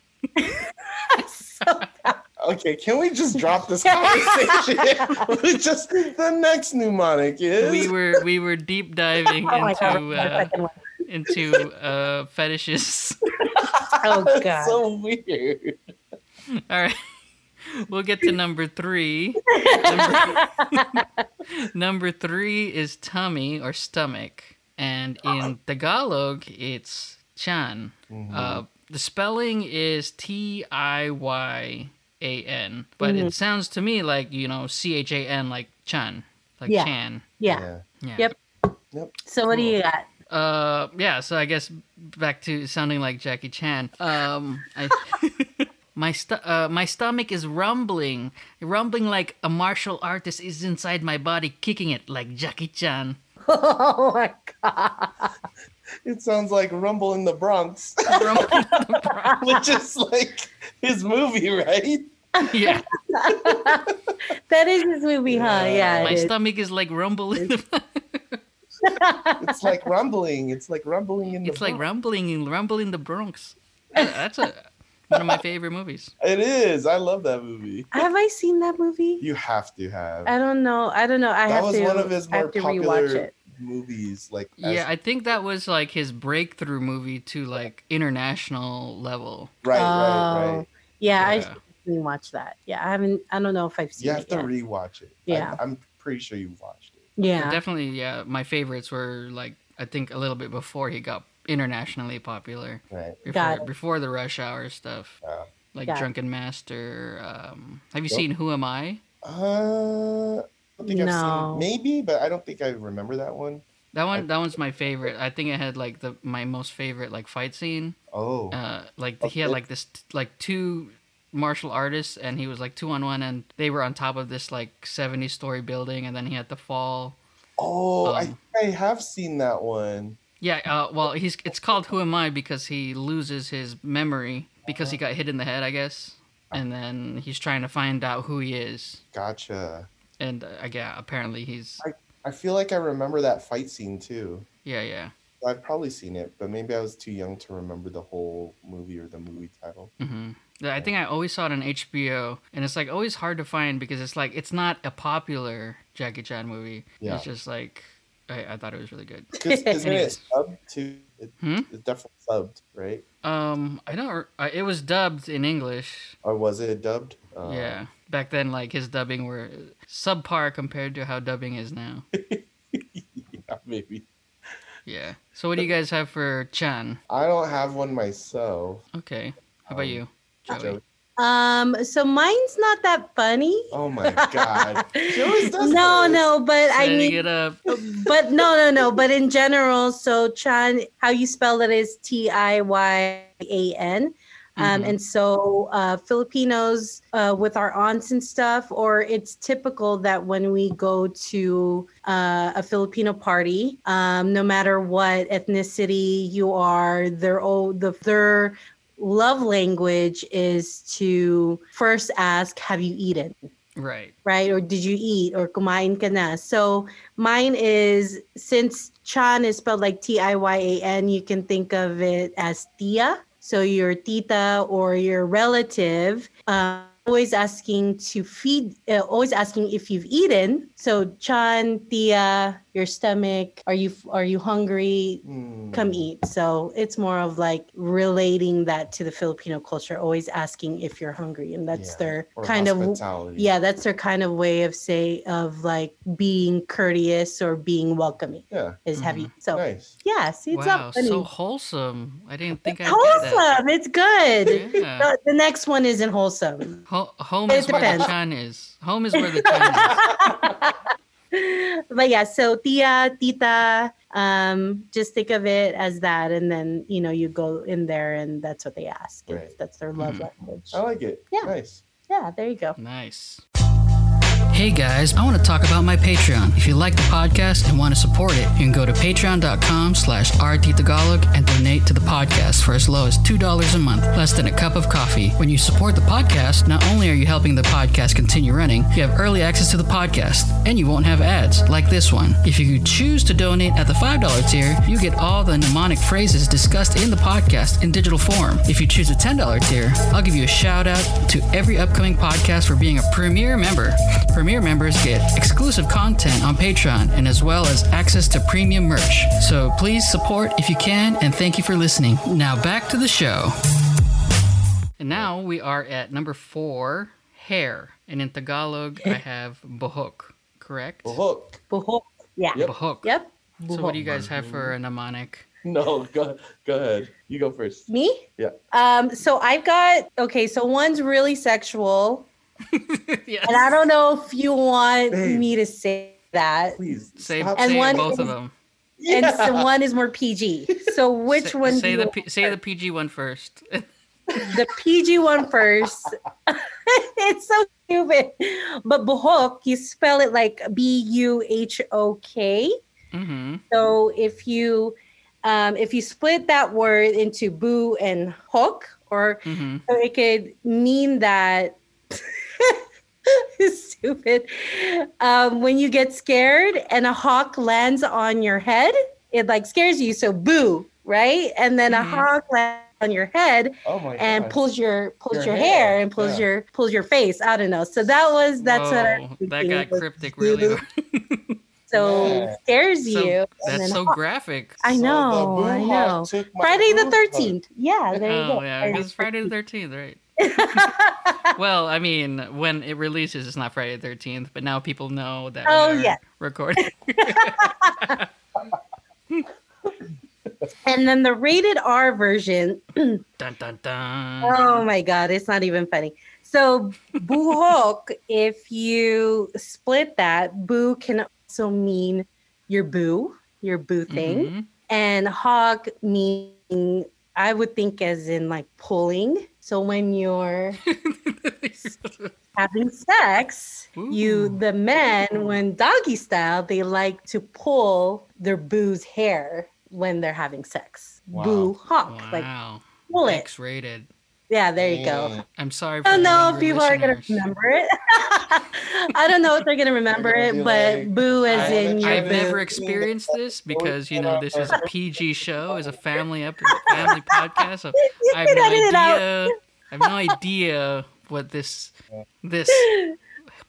S2: <laughs> So- oh
S3: Okay, can we just
S2: <laughs>
S3: drop this conversation? <laughs> With just the next mnemonic is.
S1: We were we were deep diving
S2: <laughs> oh my god,
S1: into
S2: my
S1: uh, <laughs>
S2: fucking one.
S1: into uh, fetishes. <laughs>
S3: <laughs>
S2: oh
S3: That's
S2: god.
S3: so weird.
S1: All right, we'll get to number three. Number, number three is tummy or stomach, and
S3: <laughs>
S1: in Tagalog it's chan. Uh, the spelling is T I Y A N, but
S2: Mm-hmm.
S1: it sounds to me like you know C H A N, like Chan, like
S2: Yeah.
S1: Chan.
S2: <laughs> yeah.
S1: Yeah.
S2: Yep.
S3: Yep.
S2: So what do you got?
S1: Uh, yeah. So I guess back to sounding like Jackie Chan. Um, I,
S2: <laughs>
S1: my st- uh, my stomach is rumbling, rumbling like a martial artist is inside my body, kicking it like Jackie
S2: <laughs>
S1: Chan.
S2: Oh my god.
S3: It sounds like Rumble in the Bronx,
S1: Rumbling-
S3: <laughs> which is like his movie, right?
S1: yeah.
S2: That is his movie, huh? Yeah.
S1: My
S2: It is.
S1: stomach is like rumbling.
S3: It's like rumbling. It's like rumbling in
S1: <laughs>
S3: the.
S1: It's like
S3: Bronx.
S1: rumbling in rumbling in the Bronx. Uh, That's a, one of my favorite movies.
S3: it is. I love that movie.
S2: Have I seen that movie?
S3: You have to have.
S2: I don't know. I don't know. I
S3: that
S2: have
S3: was
S2: to.
S3: one of his
S2: I
S3: more
S2: have to
S3: popular
S2: rewatch it.
S3: movies. Like as-
S1: Yeah, I think that was like his breakthrough movie to like international level.
S3: right,
S2: Oh.
S3: right, right.
S2: Yeah, I
S1: Yeah.
S2: should definitely watch that. Yeah, I haven't. I don't know if I've seen
S3: You have
S2: it
S3: to
S2: yet.
S3: rewatch it.
S2: Yeah.
S3: I, am pretty sure you've watched it.
S1: But
S2: yeah.
S1: Definitely, yeah. My favorites were like I think a little bit before he got internationally popular.
S3: Right.
S1: Before,
S2: Got it.
S1: before the rush hour stuff,
S3: Yeah.
S1: like
S2: Got it.
S1: Drunken Master. Um, have you
S3: Yep.
S1: seen Who Am I?
S3: Uh, I don't think
S2: No.
S3: I've seen maybe, but I don't think I remember that one.
S1: That one, that one's my favorite. I think it had like the my most favorite like fight scene.
S3: Oh,
S1: uh like he had
S3: Okay.
S1: like this like two martial artists and he was like two on one and they were on top of this like 70 story building and then he had to fall
S3: oh, I
S1: um,
S3: think I have seen that one.
S1: yeah uh well he's it's called who am i because he loses his memory because he got hit in the head i guess and then he's trying to find out who he is
S3: Gotcha.
S1: And uh, yeah, apparently he's
S3: I feel like I remember that fight scene too.
S1: yeah, yeah.
S3: I've probably seen it, but maybe I was too young to remember the whole movie or the movie title.
S1: hmm I think I always saw it on HBO, and it's like always hard to find because it's like it's not a popular Jackie Chan movie.
S3: Yeah.
S1: It's just like I, I thought it was really good.
S3: 'Cause
S1: <laughs>
S3: Isn't it
S1: Anyways.
S3: subbed too? It,
S1: Hmm?
S3: It's definitely subbed, right?
S1: Um, I don't. re- I, it was dubbed in English.
S3: Or was it dubbed? Uh,
S1: yeah, back then, like his dubbing were subpar compared to how dubbing is now.
S3: <laughs> yeah, maybe.
S1: Yeah. So what do you guys have for Chan?
S3: I don't have one myself.
S1: Okay. How about
S3: Um,
S1: you, Joey?
S3: Joey.
S2: Um, so mine's not that funny.
S3: Oh my god. She
S1: <laughs>
S3: always does
S2: no,
S3: this.
S2: no, but I um,
S1: Setting
S2: mean,
S1: it up.
S2: but no, no, no. But in general, so Chan, how you spell it is T I Y A N. Um,
S1: Mhm.
S2: And so uh, Filipinos uh, with our aunts and stuff, or it's typical that when we go to uh, a Filipino party, um, no matter what ethnicity you are, their oh, the their love language is to first ask, "Have you eaten?"
S1: Right.
S2: right? Or did you eat? Or kumain ka na? So mine is since Chan is spelled like T I Y A N, you can think of it as tia. So your tita or your relative. Uh, always asking to feed uh, always asking if you've eaten so chan tia your stomach are you are you hungry
S3: Hmm.
S2: come eat so it's more of like relating that to the filipino culture always asking if you're hungry and that's
S3: Yeah,
S2: their
S3: Or
S2: kind of
S3: hospitality.
S2: yeah that's their kind of way of say of like being courteous or being welcoming
S3: Yeah.
S2: is heavy so
S3: Nice.
S2: yeah see it's
S1: Mm-hmm. wow.
S2: not funny
S1: So wholesome. I didn't think
S2: It's
S1: I did that.
S2: wholesome it's good
S1: Yeah.
S2: No, the next one isn't wholesome
S1: Ho- home
S2: It
S1: is where the
S2: depends.
S1: chan is. Home is where the chan is.
S2: but yeah so tia tita um just think of it as that and then you know you go in there and that's what they ask It's-
S3: Right. Oh.
S2: that's their love
S1: Mhm.
S2: language
S3: I like it.
S2: Yeah.
S3: Nice.
S2: Yeah, there you go.
S1: Mm. Nice. Hey guys, I want to talk about my Patreon. If you like the podcast and want to support it, you can go to patreon.com slash rttagalog and donate to the podcast for as low as $2 a month, less than a cup of coffee. When you support the podcast, not only are you helping the podcast continue running, you have early access to the podcast, and you won't have ads like this one. If you choose to donate at the $5 tier, you get all the mnemonic phrases discussed in the podcast in digital form. If you choose a $10 tier, I'll give you a shout out to every upcoming podcast for being a premier member. Premier members get exclusive content on Patreon and as well as access to premium merch. So please support if you can, and thank you for listening. Now back to the show. And now we are at number four, hair. And in Tagalog, I have bohok, correct?
S3: Hook.
S2: Buhok. Yeah.
S3: Yep.
S1: Bohok.
S2: Yep.
S1: So what do you
S2: Buhok.
S1: guys have for a mnemonic?
S3: No, go, go ahead. You go first.
S2: Me?
S3: Yeah.
S2: Um, so I've got okay, so one's really sexual.
S1: yes.
S2: And I don't know if you want
S3: Babe.
S2: me to say that.
S3: Please.
S1: Say,
S3: stop.
S2: And
S1: say
S2: one-
S1: both of them.
S2: And so one is more PG. So which
S1: say,
S2: one
S1: Say
S2: do
S1: the
S2: you
S1: P- say the PG one first. <laughs>
S2: the PG one first. <laughs> it's so stupid. But buhok, you spell it like B U H O K.
S1: mm-hmm.
S2: So if you um, if you split that word into boo and hook, or
S1: Mm-hmm.
S2: So it could mean that <laughs> it's stupid. Um, when you get scared and a hawk lands on your head, it like scares you. So boo, right? And then
S1: Mhm.
S2: a hawk lands on your head
S3: Oh my
S2: and
S3: God.
S2: pulls your pulls
S3: Your
S2: your,
S3: hair,
S2: hair, and pulls
S3: yeah.
S2: your pulls your face. I don't know. So that was that's what I
S1: Whoa,
S2: was
S1: Oh, that
S2: thinking.
S1: got
S2: It was
S1: cryptic really.
S2: boo, So
S3: Yeah.
S2: scares you.
S1: So,
S2: and
S1: that's
S2: then
S1: so
S2: hawk.
S1: graphic.
S2: I
S3: So the
S2: know,
S3: boo
S2: I
S3: hawk
S2: know.
S3: took my
S2: Friday the
S3: boo hawk.
S2: thirteenth. Yeah, there you
S1: oh
S2: go.
S1: yeah,
S2: Friday
S1: because Friday the Thirteenth, right?
S2: 13th. <laughs>
S1: Well, I mean, when it releases, it's not Friday the Thirteenth, but now people know that
S2: Oh,
S1: we are
S2: yeah.
S1: recording.
S2: <laughs> And then the rated R version,
S1: dun dun dun.
S2: oh my God, it's not even funny. So, buhok, if you split that, boo can also mean your boo, your boo thing.
S1: Mhm.
S2: And hog meaning, I would think as in like pulling. So, when
S1: <laughs>
S2: you're having sex,
S1: Ooh.
S2: you, the men, when doggy style, they like to pull their boo's hair when they're having sex.
S3: Wow.
S2: Boo hawk, like
S1: wow. Oh.
S2: pull it.
S1: X rated.
S2: Yeah, there you go.
S3: Mm.
S1: I'm sorry.
S2: I don't
S1: the
S2: know if
S1: younger
S2: people are gonna
S1: listeners.
S2: remember it. <laughs> I don't know if they're gonna remember
S3: gonna
S2: it,
S3: be
S2: but
S3: like,
S2: boo
S3: I
S2: as in
S3: haven't
S2: your
S1: I've
S3: been-
S1: never
S2: boo.
S1: experienced this because you know this is a PG show, is a family up family podcast. So
S2: <laughs> You <laughs>
S1: I have
S2: can
S1: no
S2: edit it out.
S1: idea. I have no idea what this this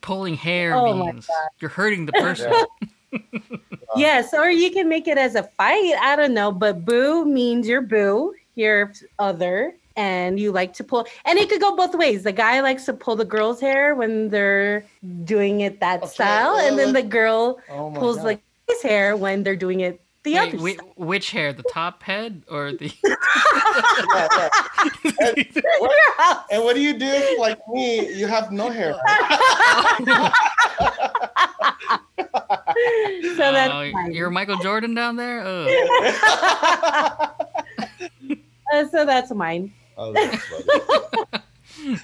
S1: pulling hair
S2: Oh my
S1: means. You're hurting the person.
S3: Yeah.
S2: <laughs> Yes, or you can make it as a fight. I don't know, but boo means your boo, your other, and you like to pull. And it could go both ways. The guy likes to pull the girl's hair when they're doing it that
S3: Okay,
S2: style, and then the
S3: uh,
S2: girl
S3: Oh my
S2: pulls
S3: God. <laughs>
S2: the guy's hair when they're doing it the
S1: Wait,
S2: other
S1: whi-
S2: style.
S1: which hair? The top head or
S2: <laughs>
S1: the?
S3: Yeah, yeah.
S1: <laughs>
S2: Your <laughs> house.
S3: And what do you do if, like me, you have
S2: <laughs>
S3: no
S2: <laughs>
S3: hair?
S1: <laughs>
S2: so that's
S1: Oh,
S2: fine.
S1: you're Michael Jordan down there. Oh,
S2: Uh, so that's mine.
S3: Oh, that's funny.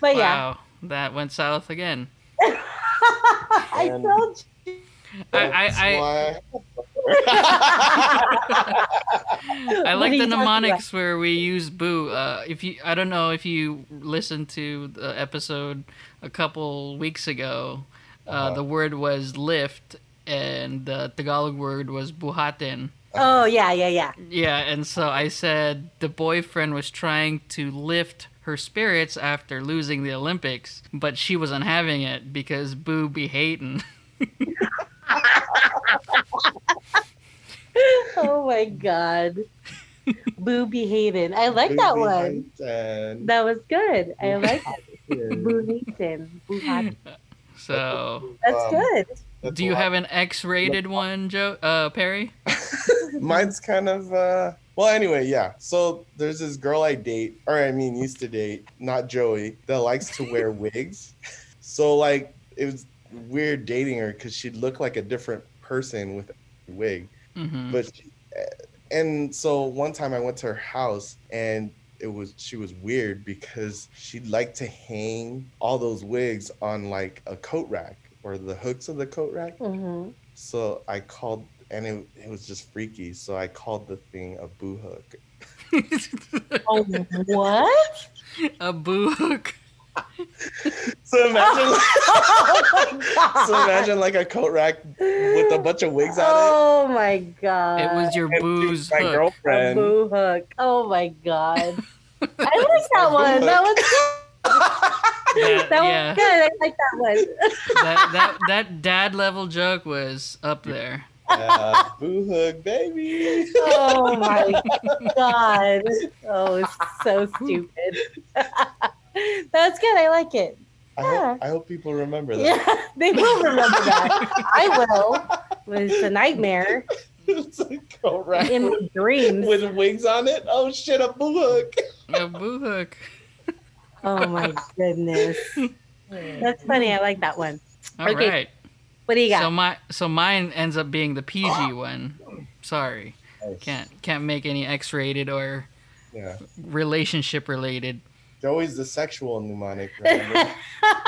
S2: But <laughs> yeah,
S1: wow, that went south again.
S2: <laughs> I
S3: And-
S2: told
S1: <laughs> I-
S3: That's
S1: I- I-
S3: why-
S2: you.
S1: I like the
S2: What are you talking about?
S1: mnemonics where we use boo. Uh, if you, I don't know if you listened to the episode a couple weeks ago. Uh,
S3: Uh-huh.
S1: The word was lift, and the Tagalog word was buhatin.
S2: Oh yeah, yeah, yeah.
S1: Yeah, and so I said the boyfriend was trying to lift her spirits after losing the Olympics, but she wasn't having it because boo be hating.
S2: <laughs>
S1: <laughs>
S2: Oh my god. Booby Hayden. I like that
S3: Booby
S2: one.
S3: Huntington.
S2: That was good. I like
S3: Yeah.
S2: Boo Hayden. Boo Hayden.
S3: <laughs>
S1: So,
S2: That's
S3: Um, <laughs>
S2: good.
S3: that's
S1: do you
S3: a lot.
S1: have an X-rated one, Joe uh, Perry?
S3: Mine's kind of uh well anyway, yeah. So there's this girl I date, or I mean used to date, not Joey, that likes to wear wigs. So like it was weird dating her because she'd look like a different person with a wig.
S1: Mm-hmm.
S3: But she, eh, and so one time I went to her house and it was she was weird because she liked to hang all those wigs on like a coat rack or the hooks of the coat rack.
S2: Mhm.
S3: So I called, and it, it was just freaky. So I called the thing a boo hook. <laughs>
S2: Oh, what?
S1: a boo hook.
S3: So imagine,
S2: Oh <laughs> my god.
S3: <laughs> so imagine <laughs> like a coat rack with a bunch of wigs on
S2: Oh my god.
S1: It was your
S2: <laughs>
S3: it. and
S1: boo's
S3: my
S1: hook.
S2: a
S3: girlfriend.
S2: boo hook. Oh my
S1: <laughs>
S2: god. I like that
S3: boo
S2: one. That was
S1: Yeah,
S2: <laughs> that was
S1: yeah.
S2: good. I like that one.
S1: that, that that dad level joke was up there.
S3: yeah, boo hook, baby. <laughs>
S2: Oh my god. Oh, it's so stupid. <laughs> That's good. I like it.
S3: I hope, I hope people remember that.
S2: Yeah, <laughs> they will remember that. I will. It was a nightmare
S3: <laughs> it's a coat rack
S2: in my dreams.
S3: with wigs on it. Oh shit, a boo hook.
S1: A boo hook.
S2: Oh my goodness. That's funny. I like that one.
S1: All right.
S2: Okay, What do you
S1: So
S2: got?
S1: my so mine ends up being the PG one. Sorry, can't can't make any X rated or
S3: Yeah.
S1: relationship
S2: <laughs>
S1: related.
S3: Joey's the sexual mnemonic. Remember?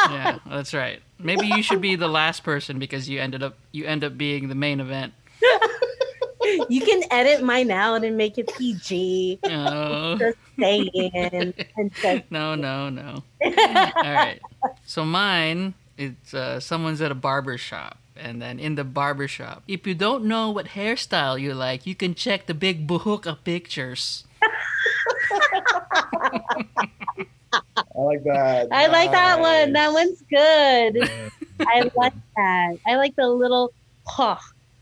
S1: Yeah, that's right. Maybe you should be the last person because you ended up you end up being the main
S2: <laughs>
S1: event.
S2: you can edit mine out and make it PG.
S1: Oh.
S2: Just saying. And just,
S1: No, no, no. All right. So mine, it's uh, someone's at a barber shop. And then in the barber shop, if you don't know what hairstyle you like, you can check the big buhuka pictures.
S3: I like that.
S2: I like that one. That one's good.
S3: Nice.
S2: I like that. I like the little huh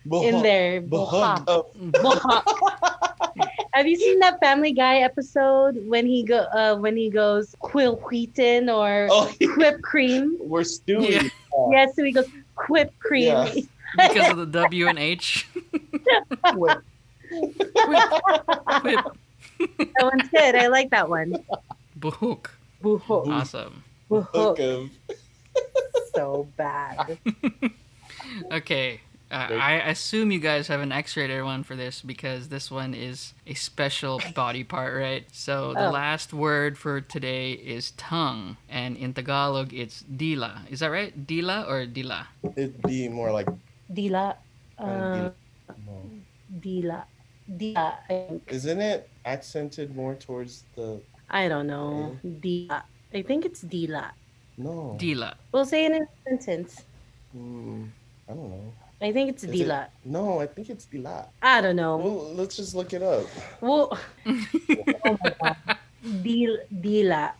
S3: Boo
S2: in
S3: hook.
S2: there.
S3: Boo hook.
S2: Huh.
S3: Oh, <laughs>
S2: Have you seen that Family Guy episode when he go uh, when he goes quill wheaton or
S3: Oh, <laughs>
S2: whipped cream?
S3: we're stewing.
S1: Yeah.
S2: <laughs> Yes, so he goes whipped cream.
S3: Yeah.
S1: Because of the W and H. <laughs>
S3: Wait,
S1: Whip, whip,
S2: <laughs> That one's good. I like that one.
S1: buhuk.
S2: Boo-hook.
S1: Awesome.
S3: hook
S2: Boo-hook.
S3: of-
S2: So bad.
S1: Okay. Uh, I assume you guys have an X-rated one for this because this one is a special body part, right? So the
S2: Oh.
S1: last word for today is tongue, and in Tagalog it's dila. Is that right? Dila or dila?
S3: It'd be more like.
S2: Dila. Uh,
S3: Dila. no.
S2: Dila. Dila. I think.
S3: Isn't it accented more towards the
S2: I don't know. Dila. I think it's Dila.
S3: No.
S1: Dila.
S2: We'll say it in a sentence.
S3: Mm, I don't know.
S2: I think it's
S3: Is it-
S2: Dila.
S3: No, I think it's Dila.
S2: I don't know.
S3: Well, let's just look it up.
S2: <laughs> Well, oh my God. Dil, Dila.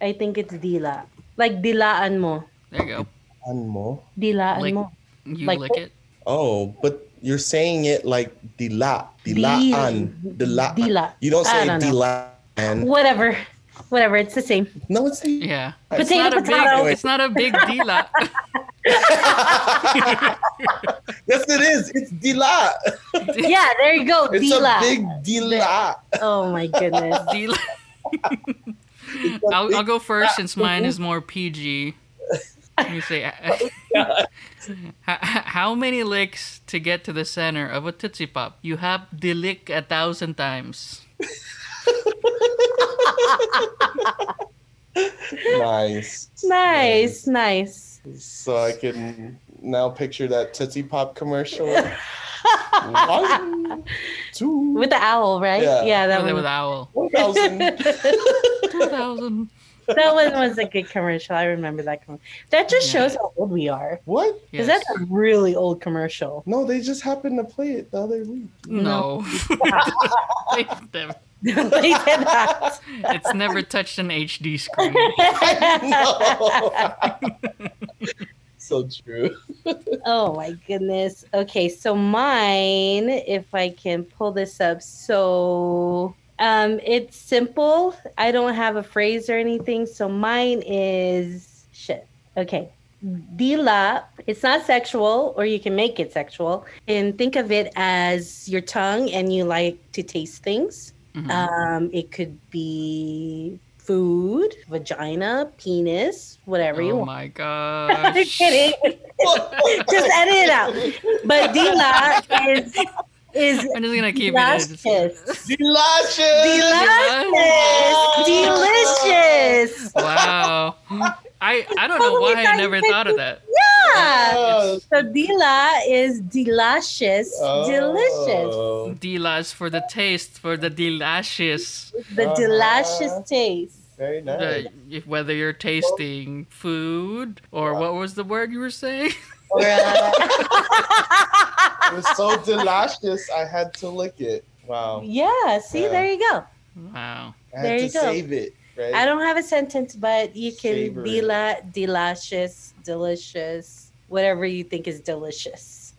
S2: I think it's Dila. Like dilaan mo.
S1: There you go.
S3: Anmo.
S2: Dilaan
S1: Like-
S2: mo.
S1: You
S2: Like-
S1: lick it.
S3: Oh, but you're saying it like Dila. Dilaan. Dilaan.
S2: Dila.
S3: You don't
S2: I
S3: say
S2: don't know.
S3: Dilaan.
S2: Whatever. Whatever. It's the same.
S3: No, it's the.
S1: Yeah.
S3: It's
S1: It's not
S2: Potato,
S1: a
S2: potato.
S1: big. It's not a big Dila. <laughs>
S3: yes, it is. It's Dila.
S2: yeah, there you go.
S3: It's
S2: Dila.
S3: a big
S2: <laughs>
S3: Dila.
S2: Oh my goodness.
S1: Dila.
S3: It's a
S1: I'll,
S3: big
S1: I'll go first since mine is more PG. Let me
S2: <laughs>
S1: say,
S2: Oh,
S1: <laughs>
S3: God.
S1: how, how many licks to get to the center of a Tootsie Pop? You have the lick a thousand times.
S3: nice.
S2: Nice, nice.
S3: So I can now picture that Tootsie
S2: <laughs>
S3: Pop commercial. One, two,
S2: With the owl, right?
S3: Yeah.
S2: Yeah, that
S1: With,
S2: one.
S1: with
S2: <laughs>
S1: owl.
S3: one thousand.
S2: that
S1: Two thousand.
S2: one was a good commercial. I remember that commercial. That just
S1: Yeah.
S2: shows how old we are.
S3: What?
S2: Because
S1: Yes.
S2: that's a really old commercial. <laughs>
S3: No, they just happened to play it the other week. <laughs>
S1: no.
S2: <laughs> They did that.
S1: it's never touched an HD
S2: <laughs>
S1: screen.
S2: Uh,
S3: I know. so true.
S2: oh my goodness. Okay, so mine, if I can pull this up, so um it's simple. I don't have a phrase or anything, so mine is shit. Okay. Dila, it's not sexual, or you can make it sexual. And think of it as your tongue, and you like to taste things.
S1: Mhm.
S2: Um, it could be food, vagina, penis, whatever you
S1: oh
S2: want.
S1: my
S2: <laughs> I'm
S1: gosh.
S2: kidding. <laughs> Just edit it out.
S3: <laughs>
S2: But Dila is is
S1: I'm just gonna keep
S2: delicious.
S1: it.
S3: Delicious.
S2: Delicious. Delicious.
S1: Wow. <gasps> I I don't know why I never thought of that.
S3: Oh.
S2: Yeah.
S3: Yes.
S2: Ah. So Dila is delicious. Delicious.
S3: Oh.
S1: Dilas for the taste, for the delicious.
S2: The
S3: Uh-huh.
S2: delicious
S3: <laughs>
S2: taste.
S3: Very nice.
S1: The, if- whether you're tasting food or what was the word you were saying? <laughs>
S3: It was so delicious. I had to lick it. Wow.
S2: yeah, see,
S3: Yeah.
S2: there you go.
S1: Wow.
S3: I had
S2: There
S3: to
S2: you go.
S3: save it. Right?
S2: I don't have a sentence, but you can
S3: Savory.
S2: dela delicious, delicious, whatever you think is
S3: <laughs>
S2: delicious.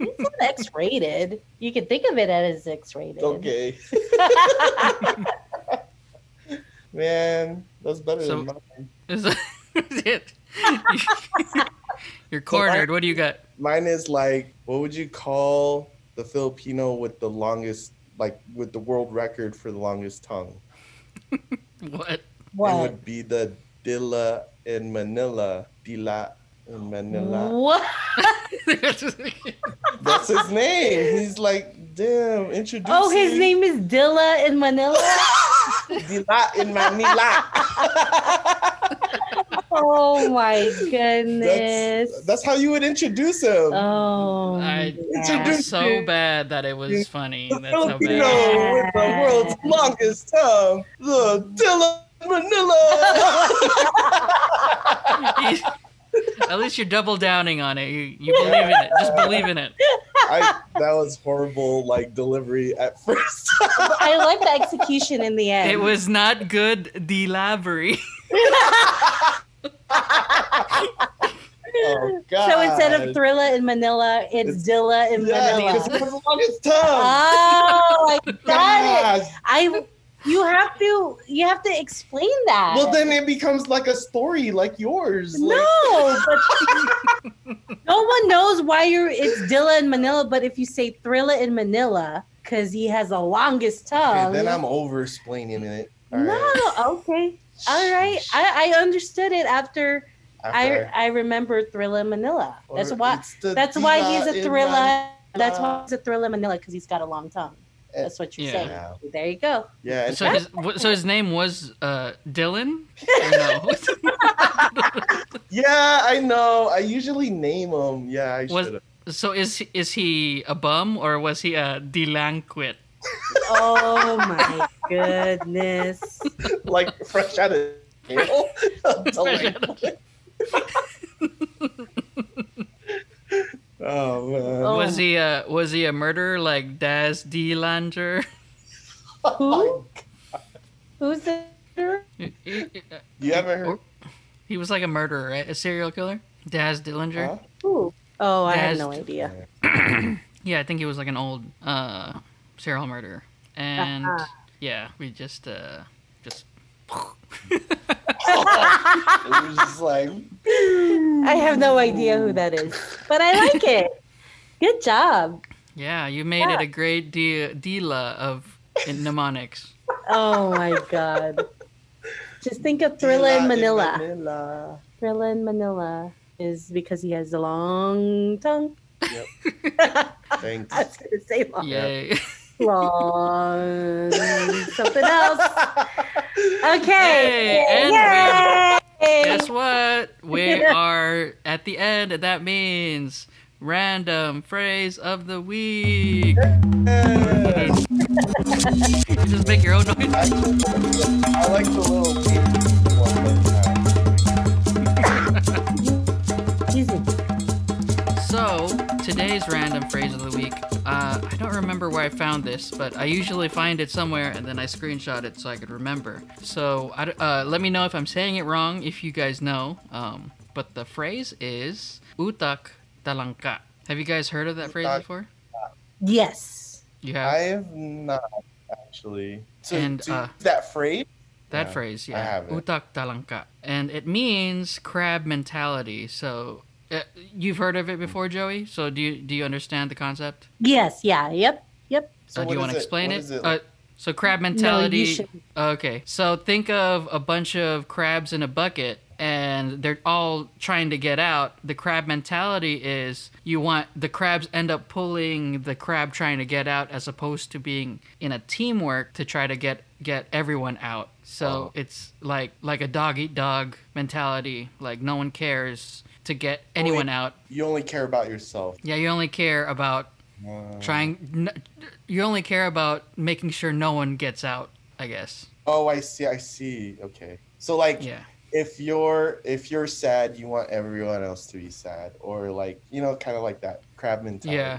S2: It's not X-rated. You can think of it as X-rated. <laughs>
S3: Okay. Man, that's better
S1: So-
S3: than mine.
S1: Is that- <laughs> is it? You're cornered. What do you got?
S3: Mine is like, what would you call the Filipino with the longest, like with the world record for the longest tongue?
S1: What?
S3: It
S2: What?
S3: would be the Dilla in Manila. Dila in Manila.
S2: What?
S3: That's his name. He's like, damn, introduce
S2: Oh, his
S3: him.
S2: name is Dilla in
S3: <laughs>
S2: Manila.
S3: Dila
S2: <laughs>
S3: in Manila.
S2: Oh my goodness.
S3: that's, that's how you would introduce him.
S2: oh.
S1: I
S2: my
S1: it
S3: Introduce
S1: was so bad that it was
S3: <laughs>
S1: funny.
S3: The
S1: That's how bad.
S3: Filipino with the world's longest tongue, the Dilla
S2: <laughs>
S3: Manila.
S1: <laughs> At least you're double downing on it. You, you believe in it. Just believe in it.
S3: I, that was horrible, like delivery at first. <laughs>
S2: God. I like the execution in the end.
S1: It was not good delivery.
S3: oh God!
S2: So instead of Thrilla in Manila, it's, Dilla in
S3: yeah,
S2: Manila.
S3: because it was the longest tongue.
S2: Oh, I Uh,
S3: <laughs>
S2: got it.
S3: Gosh.
S2: I you have to you have to explain that.
S3: Well, then it becomes like a story, like yours.
S2: no, but no one knows why you're it's Dilla in Manila. But if you say Thrilla in Manila, because he has the longest
S3: Like,
S2: tongue.
S3: okay, then I'm over explaining it. All
S2: Oh, no,
S3: right.
S2: okay, all right. I, I understood it after,
S3: After-
S2: I I remember Thrilla in Manila. That's
S3: or
S2: why.
S3: it's the
S2: That's why
S3: Dila
S2: he's a
S3: in
S2: Thrilla. That's why
S3: Manila. Eh,
S2: he's a Thrilla in Manila because he's got a long tongue. That's what you're
S1: Yeah.
S2: saying.
S3: Yeah,
S2: There you go.
S3: yeah. and-
S1: So his, wh- so his name was uh, Dylan? Or no?
S3: Yeah, I know. I usually name them. Yeah, I
S1: Was-
S3: should.
S1: so is, is he a bum or was he a delinquent?
S2: oh
S3: <laughs>
S2: my goodness.
S3: <laughs> like fresh out of jail.
S1: <laughs> Fresh out of
S3: oh man.
S2: Oh.
S1: Was he a was he a murderer like Daz D Langer?
S2: Who? Who's the murderer?
S3: You haven't heard?
S1: Or- <laughs> He was like a murderer, right? A serial killer? Daz Dillinger?
S3: Huh?
S2: Who? Oh, I
S1: Yes.
S2: have no idea.
S1: Yeah, I think he was like an old uh serial murderer. And
S2: Ah.
S1: yeah, we just uh just
S2: <laughs>
S3: It was just like
S2: I have no idea who that is, but I like it. Good job.
S1: yeah, you made
S2: Yeah.
S1: it a great de- dealer of in mnemonics.
S2: Oh my god. Just think of Thriller in Manila. Thriller in Manila is because he has a long tongue.
S3: Thanks.
S2: <laughs> I was gonna say long,
S1: Yay.
S2: long <laughs> something else. Okay.
S1: Yay, and
S2: Yay!
S1: Guess what? We are at the end. and That means random phrase of the week.
S3: Yeah.
S1: You just make your own noise.
S3: I I like the little beat one more time.
S2: Excuse me.
S1: So, today's random phrase of the week, uh, I don't remember where I found this, but I usually find it somewhere and then I screenshot it so I could remember. So, I d uh, let me know if I'm saying it wrong, if you guys know. Um, but the phrase is utak talangka. Have you guys heard of that phrase
S3: Utak.
S1: before?
S2: Yes.
S1: You have
S3: I have not actually. To,
S1: And,
S3: to
S1: uh,
S3: use that phrase,
S1: that
S3: Yeah,
S1: phrase,
S3: I
S1: yeah.
S3: have it.
S1: Utak talangka. And it means crab mentality. So, uh, you've heard of it before, Joey? So, do you, do you understand the concept?
S2: Yes. Yeah. Yep. Yep.
S3: So
S1: Uh, do
S3: what
S1: you want
S3: is
S1: to
S3: it-
S1: explain
S3: what
S1: it?
S3: is it
S1: uh,
S3: like?
S1: so crab
S2: No, you
S1: mentality.
S2: should-
S1: okay, so think of a bunch of crabs in a bucket, and they're all trying to get out. The crab mentality is you want the crabs end up pulling the crab trying to get out, as opposed to being in a teamwork to try to get get everyone out.
S3: Oh.
S1: So it's like like a dog eat dog mentality. Like no one cares to get anyone out.
S3: you only care about yourself.
S1: Yeah, you only care about
S3: Uh,
S1: trying n- you only care about making sure no one gets out i guess
S3: oh, I see. I see. Okay. So like,
S1: yeah
S3: if you're if you're sad, you want everyone else to be sad, or like you know, kind of like that crab mentality.
S1: yeah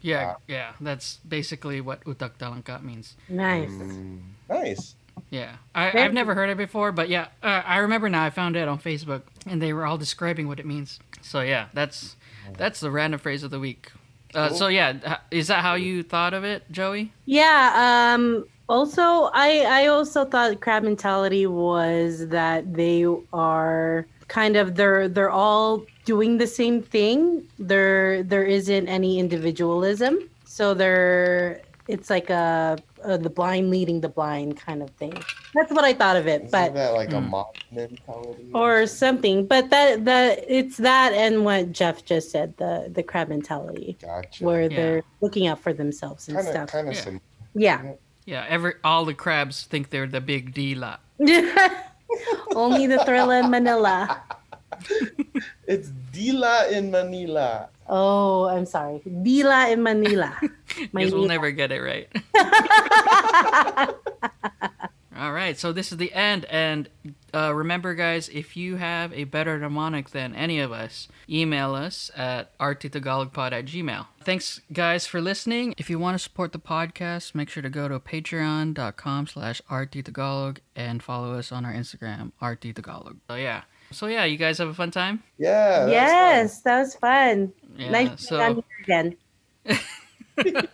S1: yeah
S3: Wow.
S1: yeah that's basically what utak talangka means
S2: Nice.
S3: Mm, nice.
S1: yeah I,
S2: Very-
S1: i've never heard it before but yeah uh, i remember now i found it on facebook and they were all describing what it means so yeah that's that's the random phrase of the week uh,
S3: Cool.
S1: so yeah h- is that how you thought of it joey
S2: Yeah. Um. Also, I I also thought crab mentality was that they are kind of they're they're all doing the same thing. There there isn't any individualism, so they're it's like a, a the blind leading the blind kind of thing. That's what I thought of it,
S3: Isn't
S2: but.
S3: that like a
S1: Mm.
S3: mob mentality?
S2: or something. But that that it's that and what Jeff just said the the crab mentality
S3: gotcha.
S2: where
S1: Yeah.
S2: they're looking out for themselves and
S3: kind of
S2: stuff.
S3: kind of
S1: Yeah.
S3: some.
S2: Yeah.
S1: yeah every all the crabs think they're the big d lot
S2: <laughs> Only the thriller in Manila.
S3: It's Dila in Manila.
S2: Oh, I'm sorry. Dila
S1: <laughs>
S2: in Manila.
S1: because we'll
S2: Manila.
S1: never get it right All right, so this is the end, and uh, remember, guys, if you have a better mnemonic than any of us, email us at rttagalogpod at gmail. Thanks, guys, for listening. If you want to support the podcast, make sure to go to patreon.com slash rttagalog and follow us on our Instagram, rttagalog. So, yeah. So, yeah, you guys have a fun time?
S3: Yeah. that's
S2: yes, that was fun.
S1: Yeah,
S2: nice to be on
S1: so,
S2: here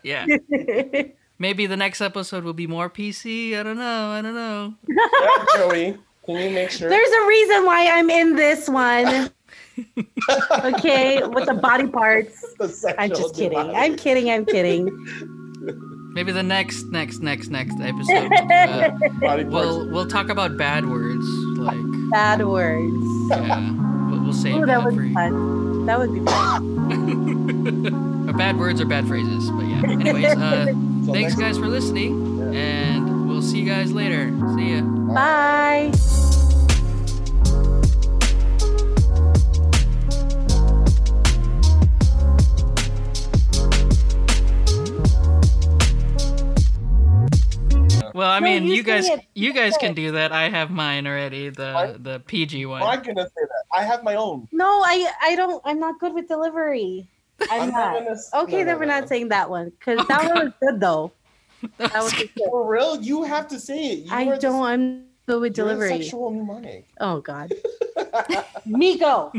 S1: yeah.
S2: again.
S1: Maybe the next episode will be more PC. I don't know. I don't know.
S2: <laughs>
S3: fine. Yeah, Joey, can you make
S2: <laughs>
S3: sure?
S2: There's a reason why I'm in
S1: <laughs>
S2: this one. okay, with the body parts.
S3: the sexual
S2: I'm just kidding.
S3: divide?
S2: I'm kidding. I'm kidding.
S1: Maybe the next, next, next, next
S2: <laughs>
S1: episode. uh,
S3: Body parts.
S1: We'll we'll talk about bad words like
S2: Bad words.
S1: yeah. We'll, we'll save
S2: Oh,
S1: that,
S2: that would
S1: for
S2: be
S1: you.
S2: fun. That would be fun.
S1: Or bad words or bad phrases, but yeah.
S2: <laughs>
S1: Anyways, uh,
S3: Till
S1: thanks
S3: next
S1: guys for listening, and we'll see you guys later. See ya.
S2: Bye.
S1: Well, I
S2: No,
S1: mean,
S2: you
S1: you,
S2: say
S1: guys,
S2: it.
S1: you
S2: You
S1: guys
S2: say
S1: can
S2: <laughs> it.
S1: do that. I have mine already. The
S3: What?
S1: the PG one.
S3: Oh,
S1: <laughs>
S3: I'm not gonna say that. I have my own.
S2: No, I I don't. I'm not good with delivery. I'm, not.
S3: gonna. s-
S2: Okay,
S3: no,
S2: then
S3: no,
S2: we're
S3: no,
S2: not
S3: no.
S2: saying that one because
S1: Oh,
S2: that
S1: God.
S2: one was good though. That was good.
S3: <laughs> For real, <laughs> you have to say it. You
S2: I
S3: are the-
S2: don't. I'm good with Oh,
S3: you're the <laughs>
S2: delivery.
S3: Sexual mnemonic.
S2: Oh God, Migo.